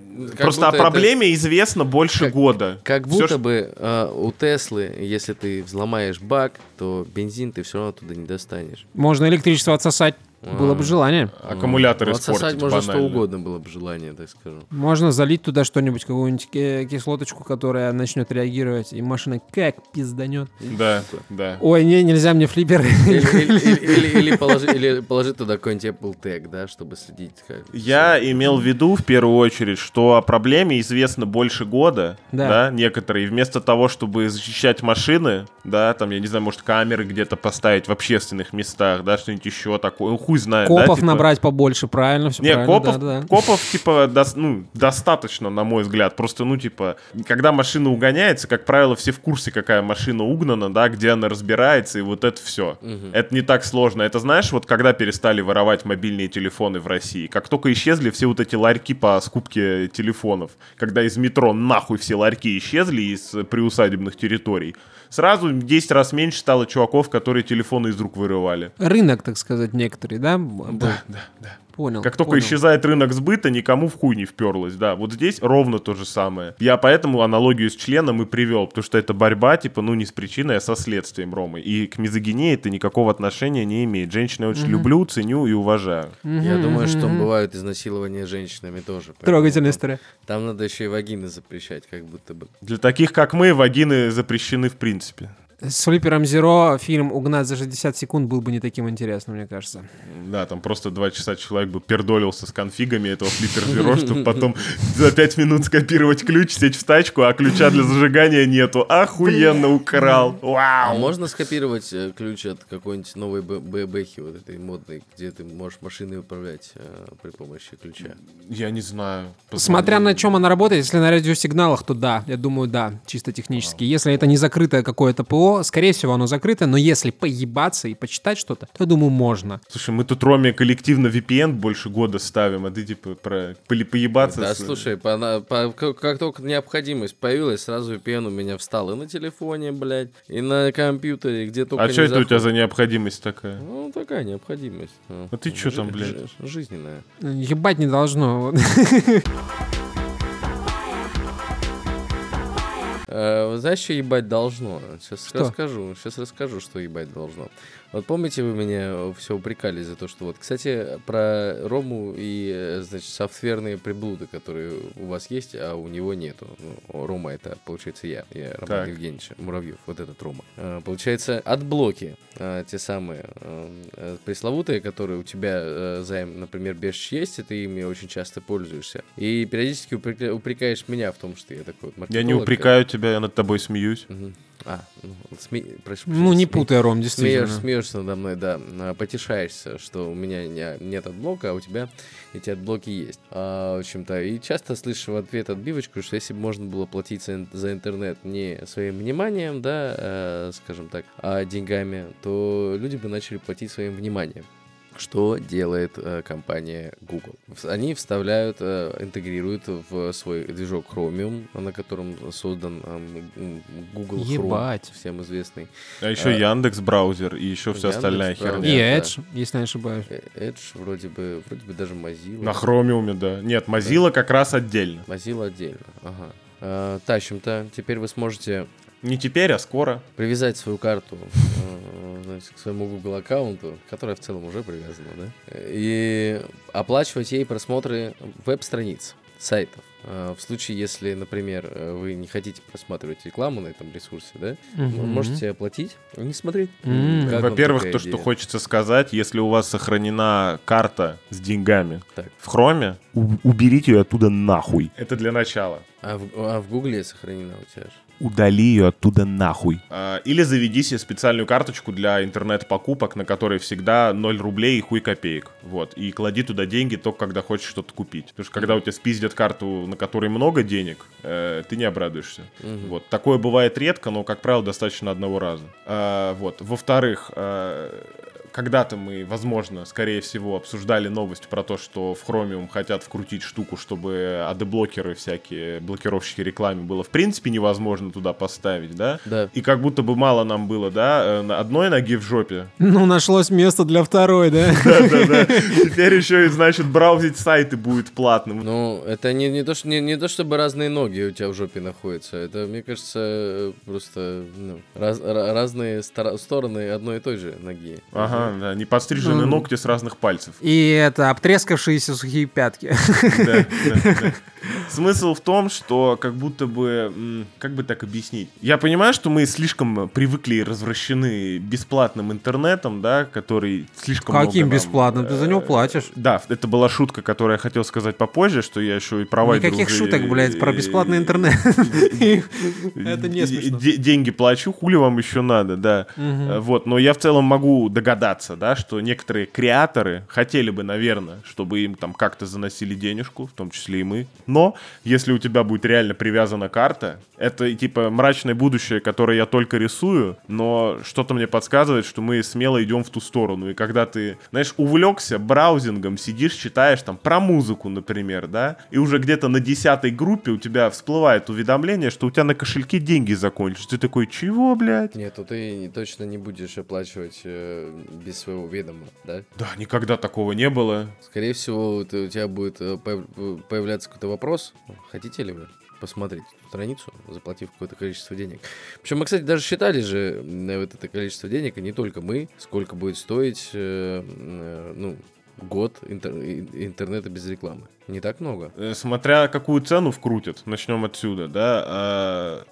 Speaker 2: Ну, как
Speaker 3: Просто
Speaker 2: будто
Speaker 3: о
Speaker 2: это-
Speaker 3: проблеме известно больше
Speaker 2: Как-
Speaker 3: года.
Speaker 2: Как
Speaker 3: Всё,
Speaker 2: будто
Speaker 3: что-
Speaker 2: бы э, у Теслы, если ты взломаешь бак, то бензин ты все равно туда не достанешь.
Speaker 1: Можно электричество отсосать. Было
Speaker 3: А.
Speaker 1: бы желание.
Speaker 3: Аккумуляторы
Speaker 2: Ну, отсосать
Speaker 3: испортить
Speaker 2: можно что
Speaker 3: банально.
Speaker 2: угодно было бы желание, так скажу.
Speaker 1: Можно залить туда что-нибудь, какую-нибудь э, кислоточку, которая начнет реагировать, и машина как пизданет.
Speaker 3: Да, да.
Speaker 1: Ой, не, нельзя мне флиппер.
Speaker 2: Или, или- или- или- или положи, или положи туда какой-нибудь Apple Tag, да, чтобы следить. как-
Speaker 3: Я имел в виду в первую очередь, что о проблеме известно больше года,
Speaker 1: Да.
Speaker 3: да. некоторые. И вместо того, чтобы защищать машины, да, там, я не знаю, может, камеры где-то поставить в общественных местах, да, что-нибудь еще такое, ну, хуй знает. да,
Speaker 1: Копов
Speaker 3: типа.
Speaker 1: набрать побольше, правильно? Все
Speaker 3: Не,
Speaker 1: правильно,
Speaker 3: копов,
Speaker 1: да, да.
Speaker 3: копов, типа, дос- ну, достаточно, на мой взгляд. Просто, ну, типа, когда машина угоняется, как правило, все в курсе, какая машина угнана, да, где она разбирается, и вот это все. Это не так сложно. Это знаешь, вот когда перестали воровать мобильные телефоны в России, как только исчезли все вот эти ларьки по скупке телефонов, когда из метро нахуй все ларьки исчезли из э, приусадебных территорий, сразу в 10 раз меньше стало чуваков, которые телефоны из рук вырывали.
Speaker 1: Рынок, так сказать, некоторый, да? Да, да, да. Понял.
Speaker 3: Как только
Speaker 1: Ну, понял.
Speaker 3: исчезает рынок сбыта, никому в хуй не вперлось, да. Вот здесь ровно то же самое. Я поэтому аналогию с членом и привел, потому что это борьба, типа, ну, не с причиной, а со следствием, Ромы. И к мизогинии это никакого отношения не имеет. Женщин я очень люблю, ценю и уважаю.
Speaker 2: Я думаю, что бывают изнасилования женщинами тоже. поэтому
Speaker 1: Трогательная
Speaker 2: там-
Speaker 1: история.
Speaker 2: Там надо еще и вагины запрещать, как будто бы.
Speaker 3: Для таких, как мы, вагины запрещены в принципе.
Speaker 1: С флиппером Зеро фильм «Угнать за 60 секунд» был бы не таким интересным, мне кажется.
Speaker 3: Да, там просто два часа человек бы пердолился с конфигами этого флиппер чтобы потом за пять минут скопировать ключ, сесть в тачку, а ключа для зажигания нету. Охуенно украл.
Speaker 2: А
Speaker 3: Вау.
Speaker 2: можно скопировать э, ключ от какой-нибудь новой бэ- бэ- бэхи, вот этой модной, где ты можешь машины управлять э, при помощи ключа?
Speaker 3: Я не знаю.
Speaker 1: Смотря на чем она работает, если на радиосигналах, то да, я думаю, да, чисто технически. Если это не закрытое какое-то ПО, скорее всего, оно закрытое, но если поебаться и почитать что-то, то, я думаю, можно.
Speaker 3: Слушай, мы тут Роме коллективно VPN больше года ставим, а ты типа про поли- поебаться.
Speaker 2: Да,
Speaker 3: с-
Speaker 2: слушай, по- на- по- к- как только необходимость появилась, сразу VPN у меня встал и на телефоне, блядь, и на компьютере, где только
Speaker 3: А
Speaker 2: не
Speaker 3: что это у
Speaker 2: заходит.
Speaker 3: тебя за необходимость такая?
Speaker 2: Ну, такая необходимость. ну.
Speaker 3: А ты чё там, блядь?
Speaker 2: Жи- жи- Жизненная.
Speaker 1: Ебать не должно.
Speaker 2: Э, вот знаешь, что ебать должно? Сейчас
Speaker 1: Что?
Speaker 2: расскажу. Сейчас расскажу, что ебать должно. Вот помните, вы меня все упрекали за то, что вот, кстати, про Рому и, э, значит, софтверные приблуды, которые у вас есть, а у него нету. Ну, о, Рома это, получается, я. Я Роман
Speaker 3: Так.
Speaker 2: Евгеньевич Муравьев, вот этот Рома. Э, получается, отблоки, э, те самые э, э, пресловутые, которые у тебя э, займ, например, беш есть, и ты ими очень часто пользуешься. И периодически упрека- упрекаешь меня в том, что я такой вот
Speaker 3: Я не
Speaker 2: маркетолог, э,
Speaker 3: упрекаю тебя, я над тобой смеюсь.
Speaker 2: Мгм. А, ну, вот сме- прошу
Speaker 1: Ну,
Speaker 2: прощения,
Speaker 1: не
Speaker 2: сме-
Speaker 1: путай, Ром,
Speaker 2: Смеешь,
Speaker 1: действительно.
Speaker 2: смеешься надо мной, да. а, Потешаешься, что у меня не- нет отблока, а у тебя эти отблоки есть. А, в общем-то, и часто слышу в ответ отбивочку, что если бы можно было платить за, ин- за интернет не своим вниманием, а да, э, скажем так, а деньгами, то люди бы начали платить своим вниманием. Что делает э, компания Google? Вс- Они вставляют, э, интегрируют в свой движок Chromium, на котором создан эм, м, Google
Speaker 1: Ебать.
Speaker 2: Chrome, всем известный.
Speaker 3: А еще Яндекс браузер и еще вся
Speaker 2: Яндекс
Speaker 3: остальная
Speaker 2: браузер.
Speaker 1: И
Speaker 3: херня.
Speaker 2: Нет,
Speaker 1: Edge, если не ошибаюсь.
Speaker 2: Э, Edge вроде бы, вроде бы даже Mozilla.
Speaker 3: На хромиуме, да. Нет, Mozilla как раз отдельно.
Speaker 2: Mozilla отдельно. Ага. Э, Тащим-то. Теперь вы сможете
Speaker 3: Не теперь, а скоро.
Speaker 2: привязать свою карту э, значит, к своему Google аккаунту, которая в целом уже привязана, да, и оплачивать ей просмотры веб-страниц, сайтов. Э, В случае, если, например, э, вы не хотите просматривать рекламу на этом ресурсе, да, вы
Speaker 1: Мгм.
Speaker 2: можете оплатить и не смотреть.
Speaker 1: М.
Speaker 2: Как вам
Speaker 3: Во-первых,
Speaker 2: ну, такая
Speaker 3: то, что
Speaker 2: идея?
Speaker 3: хочется сказать, если у вас сохранена карта с деньгами
Speaker 2: Так.
Speaker 3: в хроме, у- уберите ее оттуда нахуй. Это для начала.
Speaker 2: А в, а в Гугле сохранена у тебя же.
Speaker 3: Удали ее оттуда нахуй. А, Или заведи себе специальную карточку для интернет-покупок, на которой всегда 0 рублей и хуй копеек. Вот. И клади туда деньги только когда хочешь что-то купить. Потому что когда у тебя спиздят карту, на которой много денег, э, ты не обрадуешься.
Speaker 2: Мгм.
Speaker 3: Вот. Такое бывает редко, но, как правило, достаточно одного раза. А, вот. Во-вторых, э, когда-то мы, возможно, скорее всего, обсуждали новость про то, что в Chromium хотят вкрутить штуку, чтобы адеблокеры всякие, блокировщики рекламы было в принципе невозможно туда поставить, да?
Speaker 2: Да.
Speaker 3: И как будто бы мало нам было, да, э, на одной ноги в жопе.
Speaker 1: Ну, нашлось место для второй, да?
Speaker 3: Да-да-да. Теперь еще и, значит, браузить сайты будет платным.
Speaker 2: Ну, это не, не, то, что, не, не то, чтобы разные ноги у тебя в жопе находятся. Это, мне кажется, э, просто ну, раз- ра- разные стора- стороны одной и той же ноги.
Speaker 3: Ага, да, не подстрижены
Speaker 1: Ну.
Speaker 3: ногти с разных пальцев.
Speaker 1: И это обтрескавшиеся сухие пятки.
Speaker 3: Да, да, да. Смысл в том, что как будто бы, м, как бы так объяснить. Я понимаю, что мы слишком привыкли и развращены бесплатным интернетом, да, который слишком
Speaker 1: Каким
Speaker 3: много нам,
Speaker 1: бесплатным? Ты за него
Speaker 3: э,
Speaker 1: платишь.
Speaker 3: Да, это была шутка, которую я хотел сказать попозже, что я еще и провайдер.
Speaker 1: Никаких
Speaker 3: уже,
Speaker 1: шуток, блядь, про
Speaker 3: и-
Speaker 1: бесплатный интернет. Это не
Speaker 3: и-
Speaker 1: смешно.
Speaker 3: де- Деньги плачу, хули вам еще надо, да. Э, Вот, но я в целом могу догадаться, да, что некоторые креаторы хотели бы, наверное, чтобы им там как-то заносили денежку, в том числе и мы. Но если у тебя будет реально привязана карта, это типа мрачное будущее, которое я только рисую, но что-то мне подсказывает, что мы смело идем в ту сторону. И когда ты, знаешь, увлекся браузингом, сидишь, читаешь там про музыку, например, да, и уже где-то на десятой группе у тебя всплывает уведомление, что у тебя на кошельке деньги закончились. Ты такой, чего, блядь?
Speaker 2: Нет, то ты не- точно не будешь оплачивать э, без своего ведома, да?
Speaker 3: Да, никогда такого не было.
Speaker 2: Скорее всего, ты- у тебя будет э, появ- появляться какой-то вопрос. Хотите ли вы посмотреть эту страницу, заплатив какое-то количество денег? Причем мы, кстати, даже считали же на вот это количество денег, и не только мы, сколько будет стоить э, э, ну, год интер- и- интернета без рекламы. Не так много.
Speaker 3: Э, Смотря какую цену вкрутят, начнем отсюда, да. а,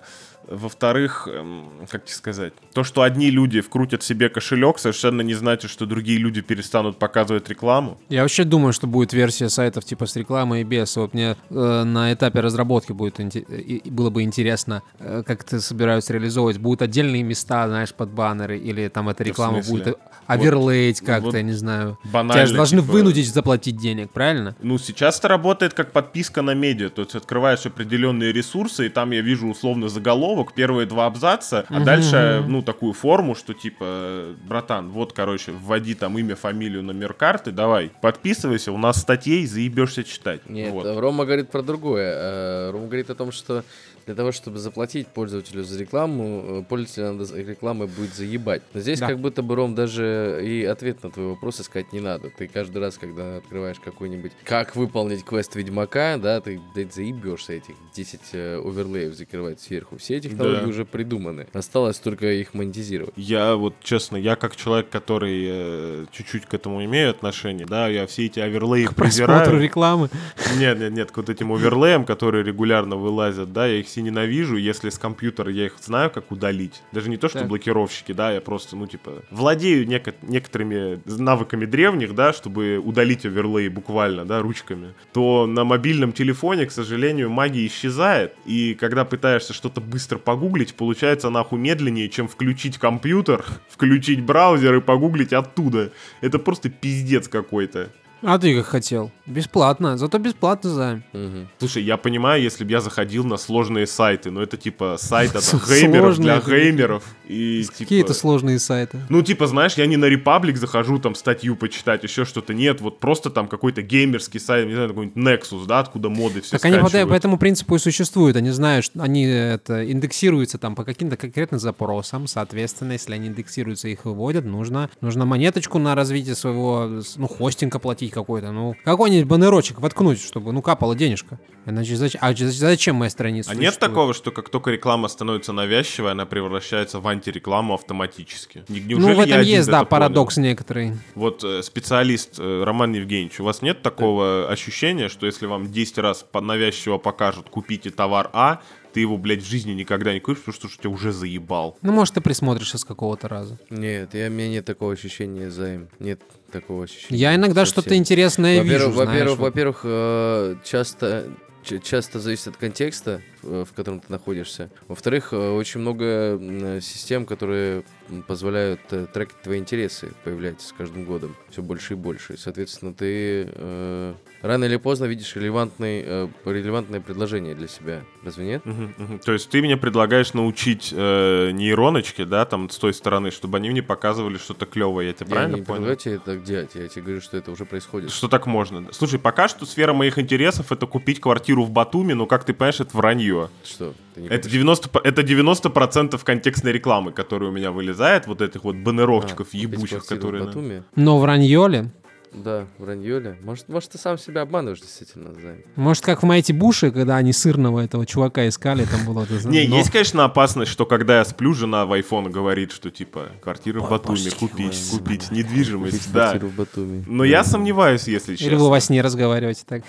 Speaker 3: Во-вторых, эм, как тебе сказать, то, что одни люди вкрутят себе кошелек, совершенно не значит, что другие люди перестанут показывать рекламу.
Speaker 1: Я вообще думаю, что будет версия сайтов типа с рекламой и без. Вот мне э, на этапе разработки будет инте- и- и было бы интересно, э, как это собираются реализовывать. Будут отдельные места, знаешь, под баннеры, или там эта
Speaker 3: в
Speaker 1: реклама
Speaker 3: смысле?
Speaker 1: будет оверлеить
Speaker 3: ну
Speaker 1: как-то,
Speaker 3: вот
Speaker 1: я не знаю.
Speaker 3: Банально.
Speaker 1: Тебя же должны
Speaker 3: типа,
Speaker 1: вынудить заплатить денег, правильно?
Speaker 3: Ну, сейчас это работает как подписка на медиа. То есть открываешь определенные ресурсы, и там я вижу условно заголовок, первые два абзаца, а
Speaker 1: Мгм,
Speaker 3: дальше,
Speaker 1: мгм.
Speaker 3: ну, такую форму, что типа, э, братан, вот, короче, вводи там имя, фамилию, номер карты, давай, подписывайся, у нас статей заебешься читать.
Speaker 2: Нет,
Speaker 3: Вот.
Speaker 2: э, Рома говорит про другое. Э, Рома говорит о том, что для того, чтобы заплатить пользователю за рекламу, э, пользователя надо за- рекламой будет заебать. Но здесь
Speaker 1: Да.
Speaker 2: как будто бы, Ром, даже и ответ на твой вопрос искать не надо. Ты каждый раз, когда открываешь какой-нибудь «Как выполнить квест Ведьмака», да, ты, блядь, заебешься этих 10 э, оверлеев закрывать сверху. Все технологии
Speaker 3: Да.
Speaker 2: уже придуманы. Осталось только их монетизировать.
Speaker 3: Я вот, честно, я как человек, который э, чуть-чуть к этому имею отношение, да, я все эти оверлеи
Speaker 1: К просмотру
Speaker 3: презираю.
Speaker 1: рекламы.
Speaker 3: Нет, нет, нет, к вот этим оверлеям, которые регулярно вылазят, да, я их все ненавижу. Если с компьютера я их знаю, как удалить. Даже не то, что
Speaker 1: Так.
Speaker 3: блокировщики, да, я просто, ну, типа, владею неко- некоторыми навыками древних, да, чтобы удалить оверлей буквально, да, ручками, то на мобильном телефоне, к сожалению, магия исчезает. И когда пытаешься что-то быстро погуглить, получается нахуй медленнее, чем включить компьютер, включить браузер и погуглить оттуда. Это просто пиздец какой-то.
Speaker 1: А ты как хотел? Бесплатно, зато бесплатно займ.
Speaker 3: Типа,
Speaker 2: Мгм.
Speaker 3: Слушай, я понимаю, если бы я заходил на сложные сайты, но это типа сайт от геймеров
Speaker 1: Сложные
Speaker 3: для
Speaker 1: какие-то.
Speaker 3: геймеров. И типа-
Speaker 1: Какие-то сложные сайты.
Speaker 3: Ну, типа, знаешь, я не на Репаблик захожу там статью почитать, еще что-то. Нет, вот просто там какой-то геймерский сайт, не знаю, какой-нибудь Nexus, да, откуда моды все
Speaker 1: Так они по,
Speaker 3: скачивают.
Speaker 1: по этому принципу и существуют. Они знают, что они это, индексируются там по каким-то конкретным запросам. Соответственно, если они индексируются, их выводят, нужно, нужно монеточку на развитие своего, с- ну, хостинга платить какой-то. Ну, какой-нибудь банерочек воткнуть, чтобы, ну, капала денежка. Иначе зачем, а за- зачем моя страница
Speaker 3: А нет
Speaker 1: существует?
Speaker 3: такого, что как только реклама становится навязчивой, она превращается в антирекламу автоматически? Не- Неужели
Speaker 1: Ну, в
Speaker 3: я
Speaker 1: этом
Speaker 3: один
Speaker 1: есть,
Speaker 3: это
Speaker 1: да,
Speaker 3: понял?
Speaker 1: парадокс некоторый.
Speaker 3: Вот э, специалист э, Роман Евгеньевич, у вас нет такого ощущения, что если вам 10 раз по- навязчиво покажут «купите товар А», ты его, блядь, в жизни никогда не купишь, потому что уж тебя уже заебал.
Speaker 1: Ну, может, ты присмотришься с какого-то раза.
Speaker 2: Нет, я, у меня нет такого ощущения займ. Нет такого ощущения.
Speaker 1: Я иногда что-то
Speaker 2: Совсем.
Speaker 1: интересное вижу,
Speaker 2: Во-первых,
Speaker 1: знаешь,
Speaker 2: во-первых,
Speaker 1: вот.
Speaker 2: во-первых, э, часто ч- часто зависит от контекста, э, в котором ты находишься. Во-вторых, э, очень много м, систем, которые м, позволяют э, трекать твои интересы, появляются с каждым годом все больше и больше. И, соответственно, ты э, рано или поздно видишь релевантный, э, релевантное предложение для себя. Разве нет?
Speaker 3: Мгм, мгм. То есть ты мне предлагаешь научить э, нейроночки, да, там с той стороны, чтобы они мне показывали что-то клевое, я тебя правильно
Speaker 2: я не
Speaker 3: понял?
Speaker 2: предлагаю тебе так делать. Я тебе говорю, что это уже происходит.
Speaker 3: Что так можно? Слушай, пока что сфера моих интересов это купить квартиру в Батуми, но как ты понимаешь, это вранье.
Speaker 2: Что? Ты не
Speaker 3: Это 90, по- это 90% контекстной рекламы, которая у меня вылезает, вот этих вот баннеровчиков
Speaker 2: А, купить
Speaker 3: ебучих,
Speaker 2: квартиру
Speaker 3: которые...
Speaker 2: в
Speaker 3: на-
Speaker 2: Батуми?
Speaker 1: Но вранье ли?
Speaker 2: Да, вранье ли? Может, может, ты сам себя обманываешь действительно, Займ.
Speaker 1: Может, как в Майти Буше, когда они сырного этого чувака искали, там было... это,
Speaker 3: Не,
Speaker 1: но-
Speaker 3: есть, конечно, опасность, что когда я сплю, жена в iPhone говорит, что типа квартира в Батуми, купить, купить, недвижимость, да.
Speaker 2: в Батуми.
Speaker 3: Но я сомневаюсь, если
Speaker 1: Или вы
Speaker 3: честно.
Speaker 1: во сне разговариваете так?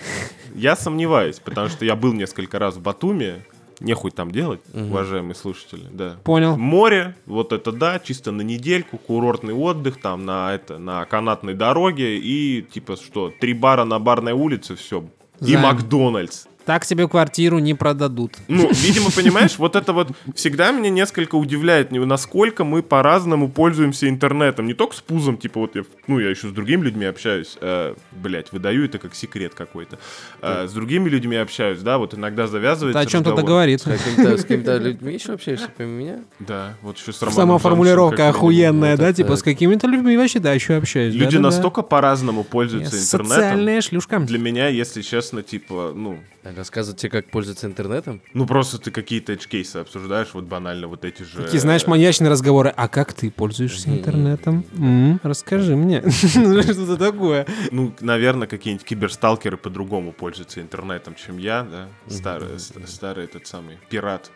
Speaker 3: Я сомневаюсь, потому что я был несколько раз в Батуми. Нехуй там делать,
Speaker 2: Мгм.
Speaker 3: уважаемые слушатели, да.
Speaker 1: Понял.
Speaker 3: Море, вот это да, чисто на недельку, курортный отдых там на это, на канатной дороге и типа что, три бара на барной улице, все. И
Speaker 1: Займ.
Speaker 3: Макдональдс.
Speaker 1: Так тебе квартиру не продадут.
Speaker 3: Ну, видимо, понимаешь, вот это вот всегда меня несколько удивляет, не- насколько мы по-разному пользуемся интернетом. Не только с пузом, типа вот я, ну, я еще с другими людьми общаюсь, э, блять, выдаю это как секрет какой-то. Э, с другими людьми общаюсь, да, вот иногда
Speaker 1: Ты
Speaker 3: завязывается
Speaker 1: о чем-то
Speaker 3: разговор.
Speaker 1: договорит.
Speaker 2: С каким-то- с какими-то людьми еще общаешься, помимо меня?
Speaker 3: Да, вот еще с Романом
Speaker 1: Сама
Speaker 3: Жанычем
Speaker 1: формулировка
Speaker 3: как-то не-
Speaker 1: охуенная,
Speaker 2: вот
Speaker 1: да?
Speaker 2: это
Speaker 1: Типа
Speaker 2: так.
Speaker 1: с какими-то людьми вообще, да, еще общаюсь.
Speaker 3: Люди
Speaker 1: да-да-да.
Speaker 3: настолько по-разному
Speaker 1: Я
Speaker 3: пользуются интернетом.
Speaker 1: Социальная шлюшка.
Speaker 3: Для меня, если честно, типа, ну,
Speaker 2: Так, Э, рассказывать тебе, как пользоваться интернетом?
Speaker 3: ну просто ты какие-то эдж-кейсы обсуждаешь, вот банально вот эти же... э,
Speaker 1: Такие, знаешь, маньячные разговоры. А как ты пользуешься интернетом? М, Расскажи мне. Что-то такое.
Speaker 3: Ну, наверное, какие-нибудь киберсталкеры по-другому пользуются интернетом, чем я, да? Старый, с- старый этот самый пират.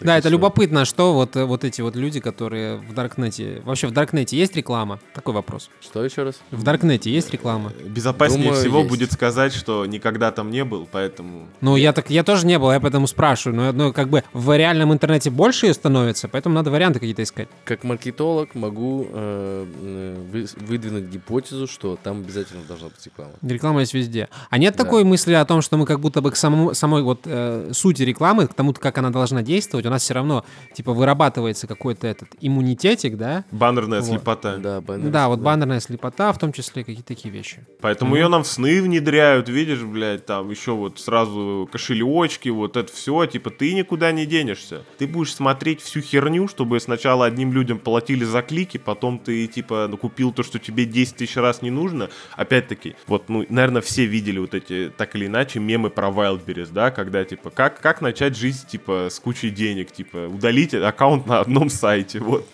Speaker 1: Да,
Speaker 2: и
Speaker 1: это
Speaker 2: всё.
Speaker 1: любопытно, что вот, э, вот эти вот люди, которые в Даркнете... Вообще в Даркнете есть реклама? Такой вопрос.
Speaker 2: Что еще раз?
Speaker 1: В Даркнете есть реклама?
Speaker 3: Безопаснее
Speaker 2: Думаю,
Speaker 3: всего
Speaker 2: есть.
Speaker 3: будет сказать, что никогда там не был, поэтому...
Speaker 1: Ну, я так, я тоже не был, я поэтому спрашиваю. Но, ну, как бы в реальном интернете больше её становится, поэтому надо варианты какие-то искать.
Speaker 2: Как маркетолог могу э, э, вы- выдвинуть гипотезу, что там обязательно должна быть реклама.
Speaker 1: Реклама есть везде. А нет
Speaker 2: Да.
Speaker 1: такой мысли о том, что мы как будто бы к самому, самой вот э, сути рекламы, к тому, как она должна действовать, у нас все равно, типа, вырабатывается какой-то этот иммунитетик, да?
Speaker 3: Баннерная
Speaker 1: Вот,
Speaker 3: слепота.
Speaker 2: Да, баннер.
Speaker 1: да, вот баннерная слепота, в том числе какие-то такие вещи.
Speaker 3: Поэтому ее нам в сны внедряют, видишь, блядь, там еще вот сразу кошелечки, вот это все, типа ты никуда не денешься. Ты будешь смотреть всю херню, чтобы сначала одним людям платили за клики, потом ты типа ну, купил то, что тебе 10 тысяч раз не нужно. Опять-таки, вот, ну, наверное, все видели вот эти, так или иначе, мемы про Wildberries, да, когда типа как, как начать жизнь, типа, с кучей денег, типа, удалить аккаунт на одном сайте, вот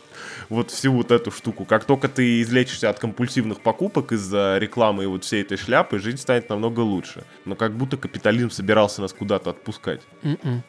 Speaker 3: вот всю вот эту штуку. Как только ты излечишься от компульсивных покупок из-за рекламы и вот всей этой шляпы, жизнь станет намного лучше. Но как будто капитализм собирался нас куда-то отпускать.
Speaker 1: М-м.